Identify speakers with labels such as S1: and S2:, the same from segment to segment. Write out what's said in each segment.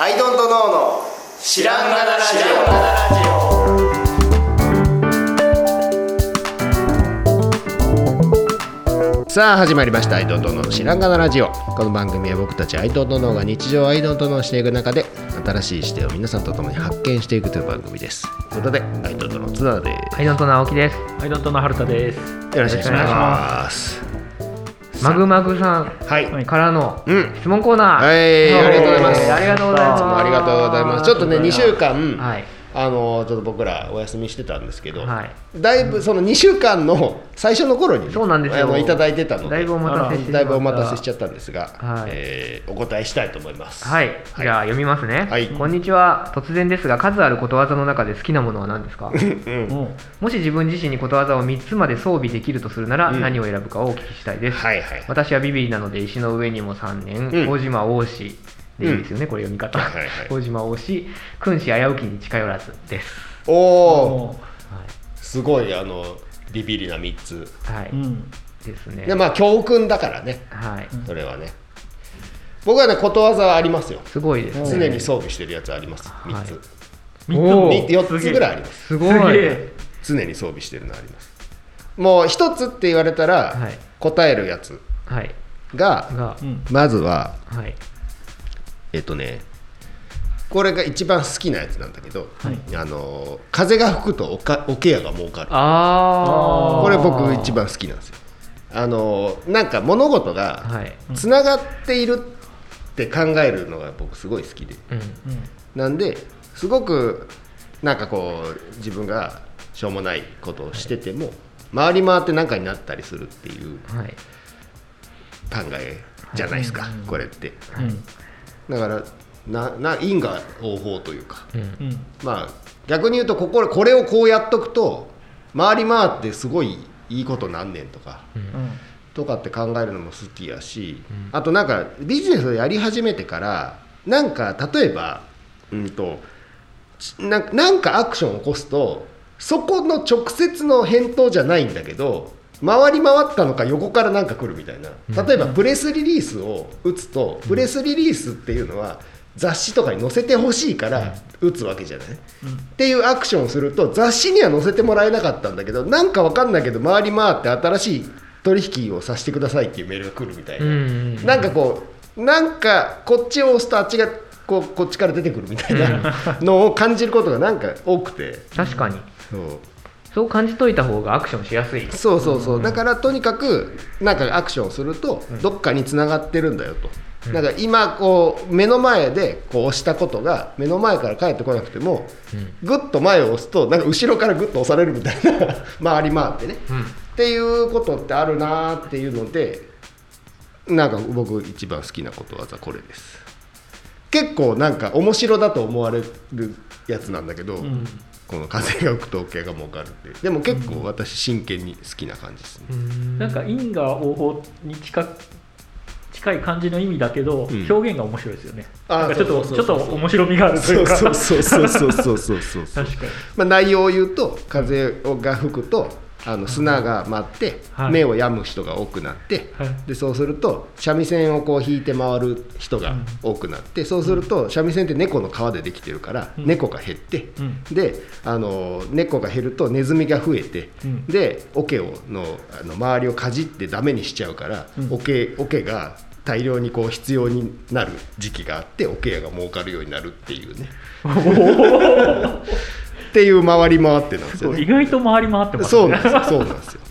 S1: アイドントノーの知らんがなラジ
S2: さあ始まりました「アイドントノーの知らんがなラジオ」この番組は僕たちアイドントノーが日常をアイドントノーしていく中で新しい視点を皆さんと共に発見していくという番組ですということでアイドントノーツナで
S3: アイドントの青木です。
S4: はい、どんとの春田です。
S2: よろしくお願いします
S3: マグマグさん
S2: はい、
S4: はい
S3: からの
S2: うん
S3: 質問コーナー。
S2: はいありがとうございます
S3: ありがとうございます。
S4: どう
S2: ありがとうございますちょっとね2週間、
S3: はい
S2: あのちょっと僕らお休みしてたんですけど、
S3: はい
S2: だいぶその2週間の 最初の頃にね、
S3: そうなんですよ
S2: あのいただいてたので
S3: だいぶお待たせしてしま
S2: だいぶお
S3: ま
S2: 待たせしちゃったんですが、
S3: はい
S2: えーお答えしたいと思います
S3: はい、じゃあ
S2: はい
S3: 読みますね、
S2: はい
S3: こんにちは突然ですが数あることわざの中で好きなものは何ですか
S2: うん
S4: うん、
S3: もし自分自身にことわざを3つまで装備できるとするなら、
S2: うん
S3: 何を選ぶかをお聞きしたいです、
S2: はいはい
S3: 私はビビリなので石の上にも3
S2: う
S3: 年、
S2: ん
S3: 大島大師でいいですよね、これ読み方、
S2: はいはい
S3: 大島大師君子危うきに近寄らずです、
S2: おお
S3: は
S2: すごいあのビビりな3つ
S3: いはい
S4: うん、
S3: ですね
S2: でまあ教訓だからね
S3: はい、
S2: それはね僕はねことわざありますよ
S3: すごいですね
S2: 常に装備してるやつあります3つ、
S3: はい
S4: お
S2: に4つぐらいあります
S3: すご
S4: す
S3: い
S4: げえ。
S2: 常に装備してるのありますもう一つって言われたら、
S3: はい
S2: 答えるやつ
S3: はい
S2: が
S3: が、
S4: うん、
S2: まずは
S3: はい
S2: えっとねこれが一番好きなやつなんだけど、
S4: はい
S2: あの風が吹くとおかおケアが儲かる
S3: ああ
S2: これ僕一番好きなんですよあのなんか物事が
S3: はい
S2: つながっているって考えるのが僕すごい好きで
S3: うん
S2: なんですごくなんかこう自分がしょうもないことをしてても回り回って何かになったりするっていう
S3: はい
S2: 考えじゃないですかこれって
S4: うん、うん、
S2: だからなな因果応報というか
S3: うん
S4: うん、
S2: まあ逆に言うとこここれをこうやっとくと回り回ってすごいいいことなんねんとか
S4: うん、
S2: とかって考えるのも好きやし、あとなんかビジネスをやり始めてからなんか例えば、うん、とちなんなんかアクションを起こすとそこの直接の返答じゃないんだけど回り回ったのか横からなんか来るみたいな例えばプレスリリースを打つと、プレスリリースっていうのは雑誌とかに載せてほしいから打つわけじゃない、っていうアクションをすると雑誌には載せてもらえなかったんだけどなんかわかんないけど回り回って新しい取引をさせてくださいっていうメールが来るみたいな、
S3: うんうんうん
S2: なんかこうなんかこっちを押すとあっちがこうこっちから出てくるみたいな のを感じることがなんか多くて、
S3: 確かに
S2: そう
S3: そう感じといた方がアクションしやすい
S2: そうそうそうだからとにかくなんかアクションをするとどっかにつながってるんだよと。なんか今こう目の前でこう押したことが目の前から返ってこなくてもぐっと前を押すとなんか後ろからぐっと押されるみたいな 回り回ってね、
S3: うん
S2: っていうことってあるなーっていうのでなんか僕一番好きなことわざこれです結構なんか面白だと思われるやつなんだけど、
S4: うん、
S2: この風が吹くと桶が儲かるってでも結構私真剣に好きな感じですね、
S3: うん
S4: なんか因果応報に近く近い感じの意味だけど、
S2: うん
S4: 表現が面白いですよね。
S2: あー
S4: なんかちょっと
S2: そ
S4: ち
S2: う
S4: ょ
S2: そう
S4: っ
S2: そ
S4: と
S2: うそう
S4: 面白みがあるとい
S2: そうう
S4: か。
S2: そうそうそうそうそうそうそう
S4: 確かに。
S2: まあ内容を言うと風が吹くとあの砂が舞って
S4: はい
S2: 目を病む人が多くなって、
S4: はい
S2: でそうすると三味線をこう弾いて回る人が多くなって、そうすると三味線って猫の皮でできてるから、
S4: うん
S2: 猫が減って、
S4: うん
S2: であの猫が減るとネズミが増えて、
S4: うん
S2: で桶をのあの周りをかじってダメにしちゃうから、
S4: うん
S2: 桶桶が大量にこう必要になる時期があって桶屋が儲かるようになるっていう ね。っていう回り回ってなんですよ
S4: そう意
S2: ね。
S4: 外と回り回ってます
S2: そうなんですよ
S4: ね。。
S2: そうなんですよ。
S4: へ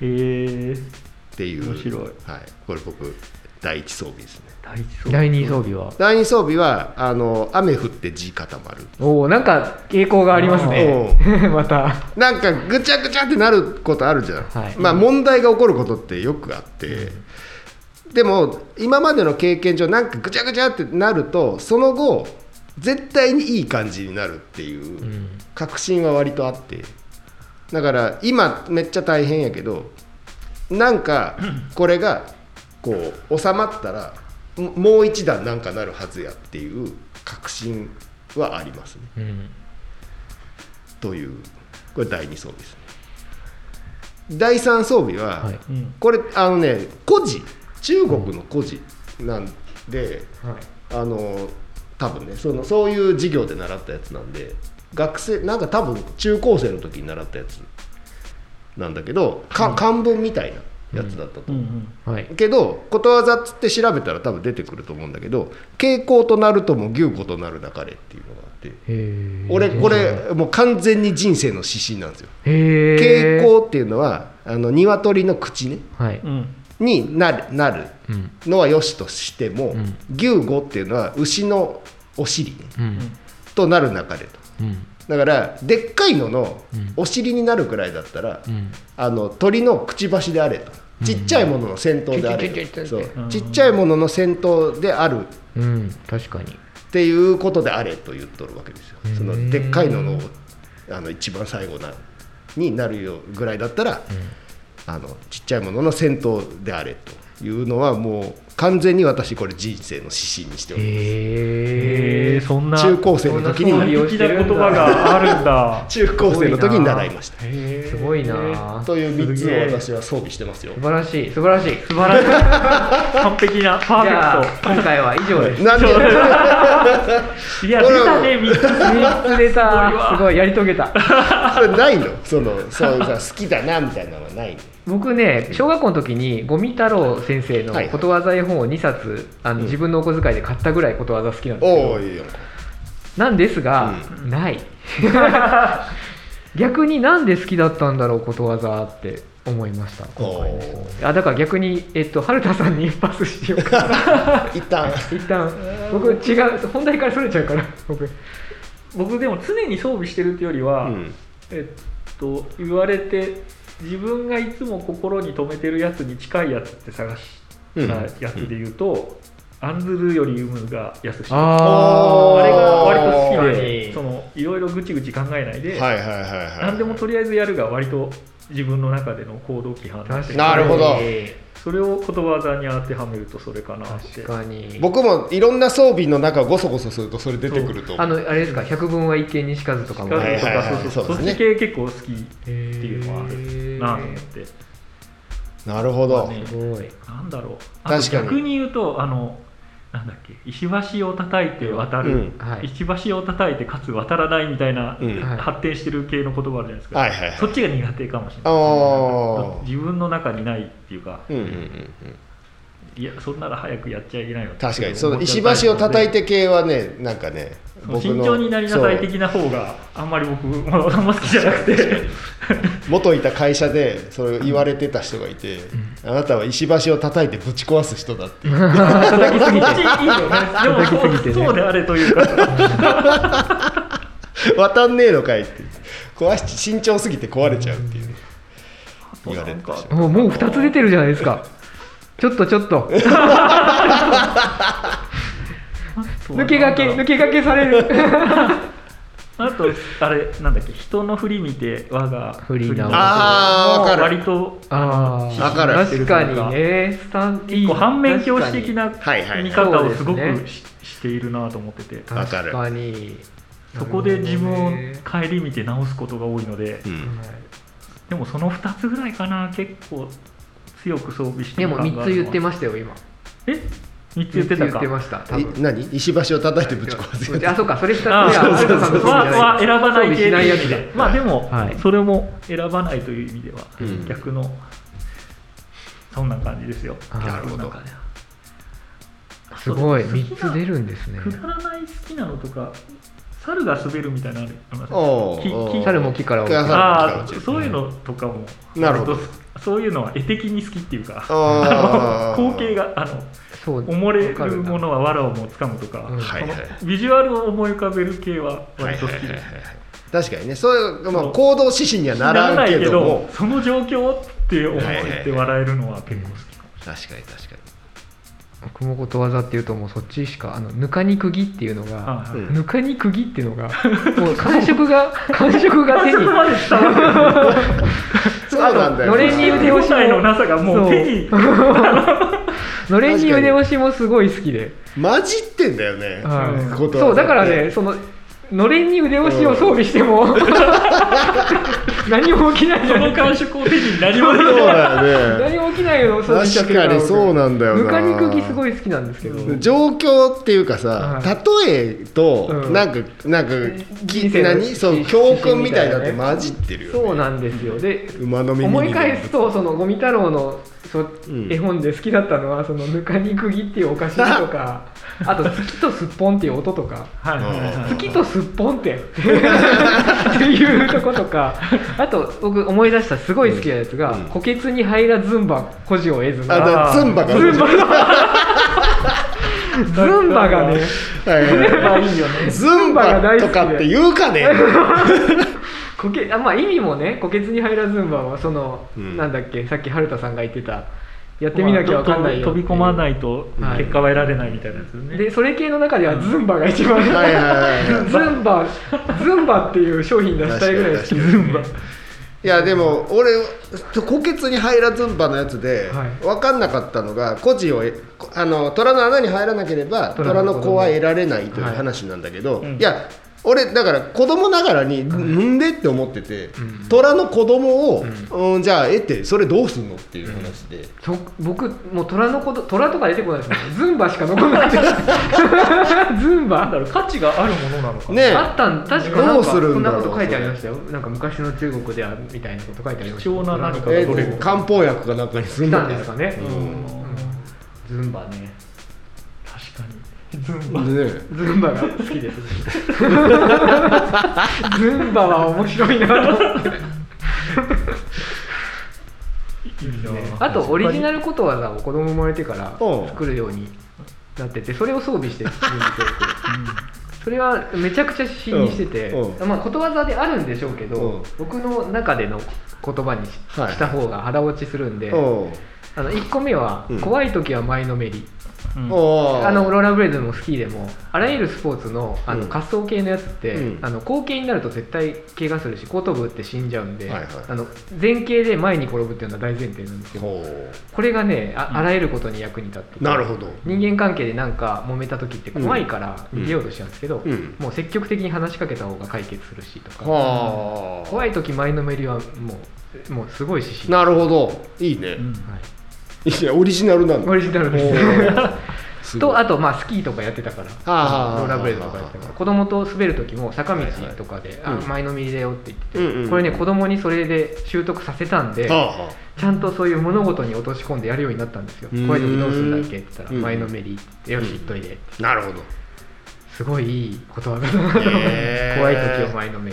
S4: えー、
S2: っていう。
S4: 面白い
S2: はい。これ僕第一装備ですね。
S4: 大事そう。
S3: 第二装備は
S2: 第二装備はあの雨降って地固まる。
S3: おおなんか傾向がありますね また
S2: なんかぐちゃぐちゃってなることあるじゃん、
S3: はい
S2: まあ問題が起こることってよくあって、でも今までの経験上なんかぐちゃぐちゃってなるとその後絶対にいい感じになるっていう
S3: うん
S2: 確信は割とあってだから今めっちゃ大変やけどなんかこれがこう収まったらももう一段なんかなるはずやっていう確信はありますね
S3: うん
S2: というこれ第2装備ですね第3装備は、
S3: はい
S4: うん、
S2: これあのね古事中国の古事なんで
S3: はい
S2: あの多分ねそのそういう授業で習ったやつなんで学生なんか多分中高生の時に習ったやつなんだけどか漢文みたいなやつだったと
S4: う
S2: 思う、
S4: ん
S3: はい。
S2: けどことわざっつって調べたら多分出てくると思うんだけど「傾向となるとも牛子となるなかれ」っていうのがあって
S3: へー
S2: 俺こ。れもう完全に人生の指針なんですよ。
S3: へ
S2: 傾
S3: ー。
S2: 向っていうのはあの鶏の口ね
S3: はい。
S4: うんうん
S2: になるなる
S3: うん。
S2: のはよしとしても、
S3: うん
S2: 牛語っていうのは牛のお尻ね
S3: うん。
S2: となるなかれと。
S3: うん。
S2: だからでっかいのの
S3: うん
S2: お尻になるくらいだったら、
S3: うん。
S2: あの鳥のくちばしであれとちっちゃいものの先頭であれ
S3: ちっちゃいちっちゃいちっちゃい
S2: そう
S4: うん
S2: ちっちゃいものの先頭である
S3: うん。確かに。
S2: っていうことであれと言っとるわけですよ
S3: うん
S2: そのでっかいののあの一番最後なになるよぐらいだったら、あのちっちゃいものの先頭であれというのはもう完全に私これ人生の指針にしております
S4: え
S3: へ
S4: ー、そんな
S2: 中高生の時に
S3: そんな
S4: 素
S3: そう
S4: 敵な言葉があるんだ
S2: 中高生の時に習いました
S4: へー
S3: すごいなー
S2: という3つ
S3: すげー
S2: を私は装備してますよ
S3: 素晴らしい。素晴らしい。
S4: 素晴らしい完璧なパー
S3: じ
S4: フ
S3: ゃ
S4: ェ
S3: あ
S4: ク
S3: 今回は以上です。
S2: なんで
S4: トいや出たね3つ
S3: 3つ出た
S4: すごいわ
S3: すごいやり遂げた
S2: それないのそのそうさ好きだなみたいなのはないの
S3: 僕ね小学校の時に五味太郎先生の
S2: はい
S3: ことわざ絵本を2冊あの、
S2: うん
S3: 自分のお小遣いで買ったぐらいことわざ好きなんですけ
S2: おお
S3: ど
S2: いいよ
S3: なんですが、ない 逆になんで好きだったんだろうことわざって思いました今回ね
S2: お
S3: あだから逆に、えっと、春田さんに パスしようかな
S2: 一旦
S3: 一旦僕違う本題からそれちゃうから僕
S4: 僕でも常に装備してるっていうよりは、
S2: うん
S4: えっと言われて自分がいつも心に留めてるやつに近いやつって探した
S2: うん
S4: やつで言うと、案ずるより産むが安しあ
S2: あー
S4: れが割と好き
S3: 確
S4: で
S3: か
S4: そのいろいろぐちぐち考えないで、
S2: はいはいはいはい
S4: 何でもとりあえずやるが割と自分の中での行動規範になって
S3: に
S4: て
S2: なるほど
S4: それを言葉座に当てはめるとそれかなって
S3: 確かに
S2: 僕もいろんな装備の中ゴソゴソするとそれ出てくると思う
S3: あのあれですか百聞は一見にしかずとかも
S4: 近
S2: は
S4: づ
S2: い
S4: くと
S2: はい
S4: か
S2: はい
S4: そうそうそ
S2: そうで
S4: うそ
S2: すね
S4: っち系結構好き
S3: って
S4: って
S3: い
S4: いうのはあるなと思って。
S2: なるほど、
S4: ね
S3: すごい
S4: なんだろうあと
S2: 確かに
S4: 逆に言うとあのなんだっけ石橋を叩いて渡る、
S2: うん
S3: はい
S4: 石橋を叩いてかつ渡らないみたいな、
S2: うん
S3: はい
S4: 発展してる系の言葉あるじゃないですか、
S2: はいはいはい
S4: そっちが苦手かもしれない
S2: あー
S4: 自分の中にないっていうか
S2: うんうんうんうん
S4: いやそんなら早くやっちゃいけないよ
S2: 確かにその石橋を叩いて系はねなんかね
S4: そう慎重になりなさい的な方があんまり僕まああんま好きじゃなく て
S2: そう元いた会社でそれを言われてた人がいて、あなたは石橋を叩いてぶち壊す人だっていう
S4: 叩きすぎていいよねでも
S3: 叩きすぎてね
S4: そうそうであれとい うか
S2: 渡んねえのかいって壊し慎重すぎて壊れちゃうっていうね言われてた人
S3: もうもう二つ出てるじゃないですかちょっとちょっと抜け駆け抜け駆けされる
S4: あとあれなんだっけ人の振り見て我が
S3: 振り直す
S2: あーわかる
S4: 割と
S3: あ
S2: わかる
S3: 確かにねスタンいい
S4: こう反面教師的な
S2: はいはいはい
S4: 見方をす
S3: そ
S4: ご
S3: うですね
S4: くししているなと思ってて
S2: わかる
S3: 確かに
S4: そこで自分を
S3: なるほ
S4: 顧みて直すことが多いので
S2: う
S3: ど
S2: ん
S3: ねはい
S4: でもその2つぐらいかな結構強く装備して
S3: でも
S4: 3
S3: 3つ言って
S4: ま
S3: ましたよ今
S4: え三つ言ってた
S3: 三つ言
S4: か
S3: ってました多分
S2: い何石橋を叩いてぶち壊す人
S3: あ、そうか、それ2つ目
S4: あ
S3: は、
S4: あ
S3: そうそうそう
S4: はは選ばな
S3: 装
S4: い
S3: 備
S4: 系
S3: し
S4: の
S3: ない
S4: 意
S3: や
S4: 味
S3: つだ
S4: で。まあでも、
S3: はい
S4: それも選ばないという意味では、
S2: うん
S4: 逆のそんな感じですよ
S3: あー
S2: なるほど
S4: 逆の中です
S3: ごい、
S4: そう好
S3: 3
S4: きな
S3: つ出るんですね。
S4: くだらない好きなのとか猿が滑るみたいなのあるあります
S2: おう
S4: き
S2: おう
S4: き
S3: 猿も木から落ち
S2: く
S3: る
S2: だ
S4: ああ
S2: 猿も木から落ちる
S4: そういうのとかも
S2: なるほど
S4: 割とそういうのは絵的に好きっていうか
S2: あー
S4: 光景があの
S3: そう、
S4: 埋もれ
S3: わか
S4: るものは藁をもつかむとか、
S3: うん
S2: はいはい
S4: そのビジュアルを思い浮かべる系は
S2: はい
S4: 割
S2: はい
S4: と好
S2: はい
S4: き
S2: はい
S4: で
S2: 確
S4: す
S2: かにねそういう、まあ、
S4: そう
S2: 行動指針にはならんけども
S4: その状況って思っ
S2: はいはいはい
S4: て笑えるのは結構好きかも
S2: 確かに確かに
S3: 僕もことわざっていうと、もうそっちしか、あの、ぬかに釘っていうのが、
S4: し
S2: う
S4: れ
S2: ん
S4: ない。
S3: ぬかに釘っていうの が、もう感触が、感触が手に、
S2: そうなんだよ
S3: のれんに腕
S4: 手
S3: 押
S4: 応
S3: しも
S4: えのなさがもう手に
S3: そう のれんに腕押しもすごい好きで。
S2: 混じってんだよね、
S3: は
S2: ことわざっ
S3: い、
S2: て
S3: そうだからねそののれんに腕押しを装備しても、何も起きないじ
S4: そ
S3: ゃな
S4: の
S3: いか
S4: 感触を手に何も
S2: そうだ よね
S3: 何も起きないよそう言っちゃっ
S2: 確
S3: てる
S2: からにそうなんだよな
S3: ぬかにくぎすごい好きなんですけど
S4: うん
S2: 状況っていうかさ、
S3: は
S2: 例えと、
S3: うん
S2: なんかなんか
S3: 人
S2: き
S3: 生の
S2: 何そう
S3: 指針
S2: 教訓みたいなって
S3: みたいなね
S2: 混じってるよ、ね、
S3: そうなんですよで
S2: 馬の耳に
S3: 思い返すとその五味太郎のそ
S2: うん
S3: 絵本で好きだったのはそのぬかにくぎっていうお菓子と かあと月とすっぽんっていう音とか
S4: はいはいはい
S3: 月とすっぽ んってっていうとことかあと僕思い出したすごい好きなやつが
S2: うんうん
S3: 「虎穴に入らずんば孤児を得ず」
S2: あ
S3: の
S2: だ
S4: あー
S2: ズンバが
S3: ズンバ がズンバがね
S2: はいはい
S4: ま
S2: は
S4: あ
S2: い
S4: いいよね
S2: ズンバとかって言うかね
S3: こけ あまあ意味もね「虎穴に入らずんば」はその、
S2: うん
S3: なんだっけさっき春田さんが言ってたやってみなきゃわかんないよ、
S4: まあ飛び込まないと
S3: はい
S4: 結果は得られないみたいなやつね、
S3: でそれ系の中ではズンバが一番、
S2: はいはいはい
S3: ズンバズンバっていう商品出したいぐらい好きです、ね、
S4: ズンバ
S2: いやでも俺虎穴に入らずんばのやつで、
S3: はい
S2: 分かんなかったのが孤児をえこあの虎の穴に入らなければ
S3: 虎
S2: 虎の
S3: の子供
S2: 子は得られないという
S3: はい
S2: 話なんだけど、
S4: う
S2: い
S4: ん
S2: や俺だから子供ながらにんでって思ってて、虎の子供を、うん、じゃあ得てそれどうすんのっていう話で、
S3: と僕もう虎のこと虎とか出てこないですもんズンバしか残 んなくてズン
S4: なん
S3: バ
S4: だろう価値があるものなのかな
S2: ねえ
S3: あったん確かな
S2: ど
S3: ん
S2: う
S3: か
S2: する
S3: こん
S2: んだ
S3: な
S2: ろ
S3: こ
S2: う
S3: と書いてありましたよなんか昔の中国ではみたいなこと書いてありました
S4: 貴重な何か
S2: え
S4: どれ
S2: ー漢方薬かなんかにすん
S3: 来
S2: の
S3: たんですかね、
S4: う
S2: うんん
S3: ズンバね
S4: 確かにズンバ
S2: ね
S3: ズンバが好きです ズンバは面白いなと思って
S4: いいな
S3: あとオリジナルことわざを子供生まれてから
S2: うん
S3: 作るようになっててそれを装備して自分で作ってそれはめちゃくちゃ詩にしてて、
S2: う
S3: まあ、ことわざであるんでしょうけど、
S2: うん
S3: 僕の中での言葉にし,、
S2: はい
S3: た方が腹落ちするんで、
S2: おう
S3: あの1個目は、
S2: うん
S3: 怖い時は前のめり」
S4: うん
S2: おう
S3: あのローラーブレードでもスキーでもあらゆるスポーツのあの、
S2: うん
S3: 滑走系のやつって、
S2: うん
S3: あの後傾になると絶対怪我するし後頭部打って死んじゃうんで、
S2: はいはい
S3: あの前傾で前に転ぶっていうのは大前提なんですよ
S2: ほう
S3: これがねああらゆることに役に立ってて
S2: なるほど
S3: 人間関係でなんか揉めた時って怖いから
S2: うん
S3: 逃げようとしちゃうんですけど、
S2: うん
S3: もう積極的に話しかけた方が解決するしとか、
S2: はあ
S3: 怖い時前のめりはもうもうすごいしし、は
S2: なるほどいいね、
S4: うん
S2: いやオリジナルなん
S3: い、
S2: だ
S3: オリジナル
S2: お
S3: で
S2: ー
S3: す
S2: すごい
S3: とあとまあスキーとかやってたから
S2: ああ
S3: ローラーブレードとかやってたから子供と滑る時も坂道とかで「
S2: はいはい
S3: あ前のめりだよ」って言ってて、
S2: うんうん
S3: これね子供にそれで習得させたんで、
S2: はあはあ
S3: ちゃんとそういう物事に落とし込んでやるようになったんですよ
S2: うーん
S3: 怖い時どうするんだっけって言ったら
S2: う
S3: 「
S2: ん
S3: 前のめりよし言っといで」
S2: なるほど
S3: すごいいい言葉だなと思って
S2: へー
S3: 怖い時を前のめ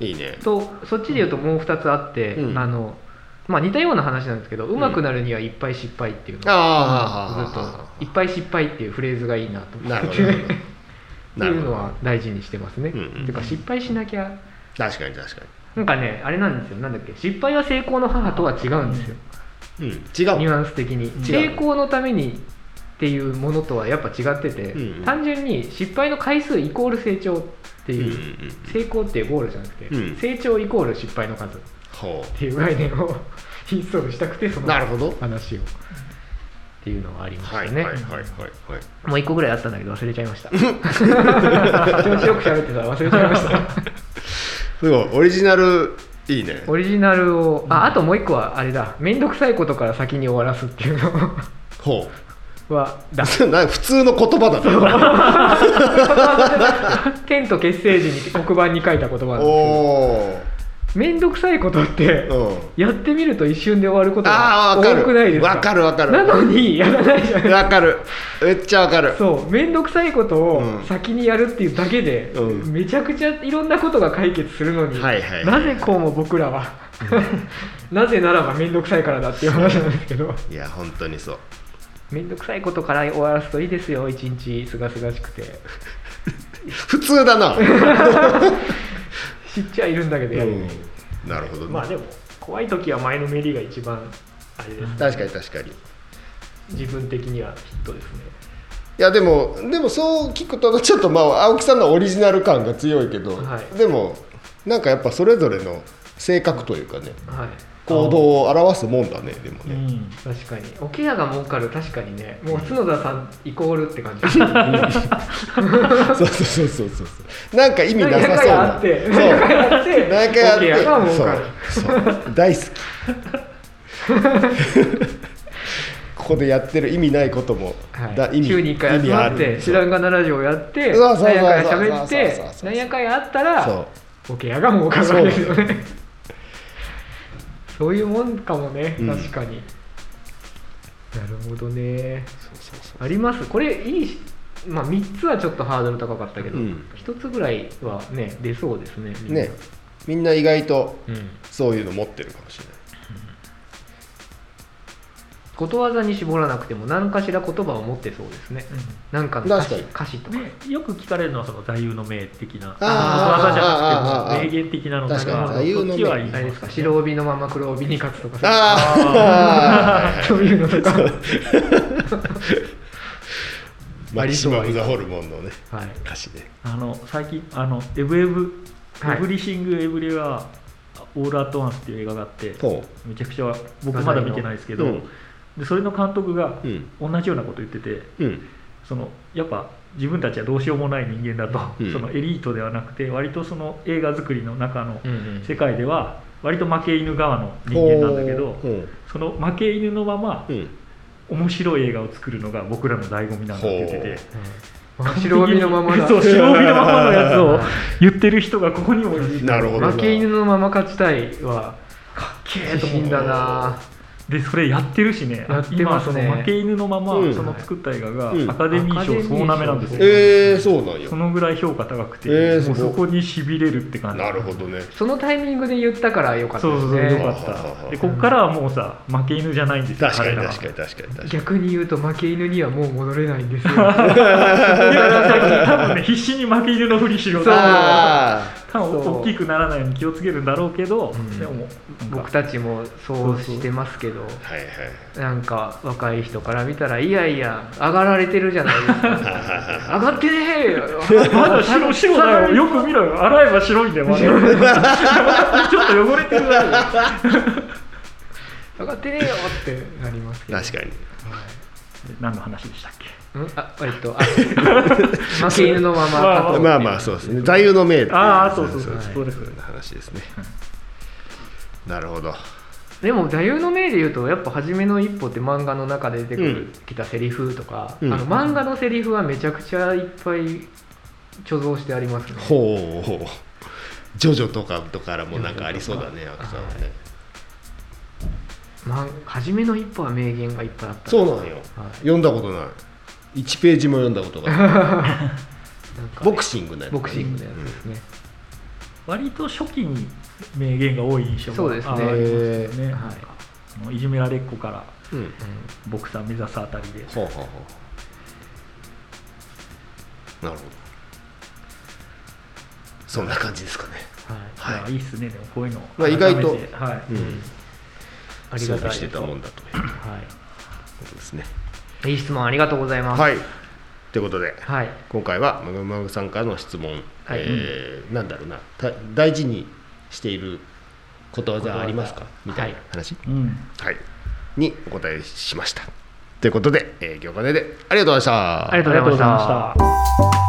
S3: り
S2: いいね
S3: とそっちで言うともう2つあって、
S2: うん
S3: あのまあ、似たような話なんですけど上手くなるにはいっぱい失敗っていうのが、
S2: あ
S3: ず
S2: あ、
S3: っといっぱい失敗っていうフレーズがいいなと思
S2: なる
S3: っ
S2: ほ
S3: て
S2: どな
S3: って
S2: るほどなるほ
S3: いう
S2: ど
S3: のは大事にしてますね、
S2: うんうん
S3: っていうか失敗しなきゃ
S2: 確かに確か
S3: なんかねあれなんですよなんだっけ失敗は成功の母とは違うんですよ
S2: に、うん、違う
S3: ニュアンス的に
S4: う
S3: 成功のためにっていうものとはやっぱ違ってて、
S2: うんうん
S3: 単純に失敗の回数イコール成長って
S2: うん
S3: いうう、
S2: んうん
S3: 成功っていうゴールじゃなくて、
S2: うん
S3: 成長イコール失敗の数っ
S2: ほ
S3: ていう概念を インストールしたくてそうの
S2: なるほど
S3: 話をっていうのはありまし
S2: は
S3: た
S2: い
S3: ね、
S2: はいはいはいはい
S3: もう一個ぐらいあったんだけど忘れちゃいました 調子よく喋ってたら忘れちゃいました
S2: すごいオリジナルいいね
S3: オリジナルをああともう一個はあれだ面倒くさいことから先に終わらすっていうの
S2: ほ
S3: はだ
S2: う な普通の言葉だな
S3: 天と結成時に黒板に書いた言葉なん
S2: お
S3: ですけど面倒くさいことって
S2: お、うん、
S3: やってみると一瞬で終わること
S2: あ
S3: が
S2: あ分か
S3: 多くないで
S2: る
S3: すか
S2: 分かる分かる
S3: なのにやらないじゃ ない
S2: 分かるめっちゃ分かる
S3: そう面倒くさいこと
S2: う
S3: を
S2: ん
S3: 先にやるっていうだけで、
S2: うん
S3: めちゃくちゃいろんなことが解決するのに、
S2: はいはい
S3: なぜこうも僕らは なぜならば面倒くさいからだっていう話なんですけど
S2: いや本当にそう
S3: 面倒くさいことから終わらすといいですよ一日すがすがしくて
S2: 普通だな、う
S3: 知っちゃいるんだけどやる、
S2: ん、なるほどね、
S3: まあでも怖い時は前のめりが一番あれです
S2: 確かに確かに
S3: 自分的にはヒットですね
S2: いやでもでもそう聞くとちょっとまあ青木さんのオリジナル感が強いけど、
S3: はい
S2: でもなんかやっぱそれぞれの性格というかね
S3: はい
S2: 行動を表すもんだねでも
S4: う
S2: ね、
S4: ん、
S3: 確かにおケアが儲かる確かにねもう角田さんイコールって感じ
S2: そうそうそうそうそうそうなんか 意味なさそう
S3: あ
S2: な
S3: って
S2: そう
S3: 仲良あって
S2: なんかやっ
S3: おケ
S2: て
S3: アが儲
S2: そ
S3: かる
S2: うそう大好き ここでやってる意味ないことも、
S3: はい
S2: だ意味
S3: 週に1回集ま
S2: 意
S3: っ
S2: 味あ
S3: て
S2: る
S3: 知らんがなラジオやって
S2: そうそうそうそう
S3: なんやかんや喋っ
S2: そうそうそうそう
S3: てなんやかんやあった
S2: そ
S3: ら
S2: う
S3: おケアが儲かるわけですよ
S2: そう
S3: ねそういうもんかもね
S2: うん
S3: 確かに、なるほどね
S2: そうそうそう
S3: ありますこれいいしまあ3つはちょっとハードル高かったけど、
S2: うん
S3: 1つぐらいはね出そうですねみんな
S2: ねみんな意外と
S3: うん
S2: そういうの持ってるかもしれない
S3: ことわざに絞らなくても何かしら言葉を持ってそうですねなんかの歌詞
S2: 確
S3: 歌詞とか
S4: でよく聞かれるのはその座右の銘的な
S2: あ
S3: ー
S4: 技じゃ
S2: あーあ
S4: な
S2: ーあー
S4: くても名言的なの
S2: 確かに座
S4: そ
S2: 右の銘
S4: っちは
S3: あ
S4: い
S3: れ
S4: い
S3: ですか白帯のまま黒帯に勝つとかさ
S2: ああ
S3: そういうのとか
S2: マキシマム・ザ・ホルモンのね
S3: はい
S2: 歌詞ね
S4: あの最近あのエブエブ、
S3: はい
S4: エブリシングエブリウェアオールアットワンスっていう映画があって
S2: ほ
S4: めちゃくちゃ僕まだ見てないですけど、
S2: うん
S4: でそれの監督が
S2: ううん
S4: 同じようなこと言ってて
S2: うん
S4: そのやっぱ自分たちはどうしようもない人間だと、
S2: うん
S4: そのエリートではなくて割とその映画作りの中の
S3: うんうん
S4: 世界では割と負け犬側の人間なんだけど、
S2: うん
S4: その負け犬のまま
S2: うん
S4: 面白い映画を作るのが僕らの醍醐味なんだって言ってて。
S3: うん白帯のま まだ
S4: そう白帯のままのやつ を言ってる人がここにもいる
S2: なるほど
S3: 負け犬のまま勝ちたいはかっけ
S4: え
S3: 自信だな
S4: でそれやってるしね
S3: やってますね
S4: 今その負け犬のまま、
S2: うん
S4: その作った映画が、
S2: うん
S4: アカデミー賞総なめなんですよ、
S2: えー、そうなんよ
S4: そのぐらい評価高くて、
S2: えーす
S4: も
S2: ご
S4: う
S2: い
S4: そこにしびれるって感じ
S2: なるほどね
S3: そのタイミングで言ったからよかった
S4: そ
S3: で
S4: う
S3: す
S4: そうそうよか
S3: ね
S4: ったでこっからはもうさ負け犬じゃないんですよ
S2: 確かに
S4: 彼らは
S2: 確かに確かに確かに
S3: 逆に言うと負け犬にはもう戻れないん ですよ
S4: でだから最近 多分ね必死に負け犬のふりしよう
S3: そ
S4: と
S3: う
S2: あ
S4: 多分
S3: そう
S4: 大きくならないように気をつけるんだろうけど、
S3: うん
S4: でも
S3: 僕
S4: ち
S3: たちもそうしてますけど
S2: あはいはい
S3: なんか若い人から見たらいやいや上がられてるじゃないですか上がってねえよ
S4: まだ白白だよよく見ろよ洗えば白いんだよまだ ちょっと汚れてるだろ
S3: 上がってねえよってなりますけど
S2: 確かに
S4: 何の話でしたっけ
S3: うんあえっ とあ負け犬のまま
S4: まあ
S3: 後を
S2: まあまあそうですね座右の銘ってい
S4: ああそうそうそう
S3: はい
S4: そうです、
S2: 話ですねなるほど
S3: でも座右の銘で言うとやっぱ初めの一歩って漫画の中で出てくる、
S2: うん
S3: きたセリフとか、
S2: うん
S3: あの漫画のセリフはめちゃくちゃいっぱい貯蔵してありますね
S2: ほうほうジョジョとかとからもなんかありそうだねアクさんはね
S3: まん初めの一歩は名言がいっぱいあった
S2: そうなんよ
S3: はい
S2: 読んだことない1ページも読んだことが ない
S3: なんか
S2: ボクシングのやつ
S3: ボクシングのやつですね、
S4: 割と初期に名言が多い印象が
S3: そうですね
S4: ありますよね
S3: はい
S4: あのいじめられっ子から
S2: うんうん
S4: ボクサー目指すあたりで
S2: ほうほうほうなるほどそんな感じですかね
S3: はい
S2: はい
S4: まあいいっすねでもこういうの
S2: まあ意外と
S4: 改めてはい、
S2: うん
S3: ありがた
S2: 装
S3: い
S2: 備してたもんだという
S3: は
S2: ことですね
S3: い、いい質問ありがとうございます。
S2: はいということで
S3: はい、
S2: 今回はマグマグさんからの質問、
S3: はい
S2: えーなんだろうなた大事にしていることわざありますかみたいな話、
S4: うん
S2: はい、にお答えしましたということで、えー、行間でありがとうございました
S3: ありがとうございました。
S4: た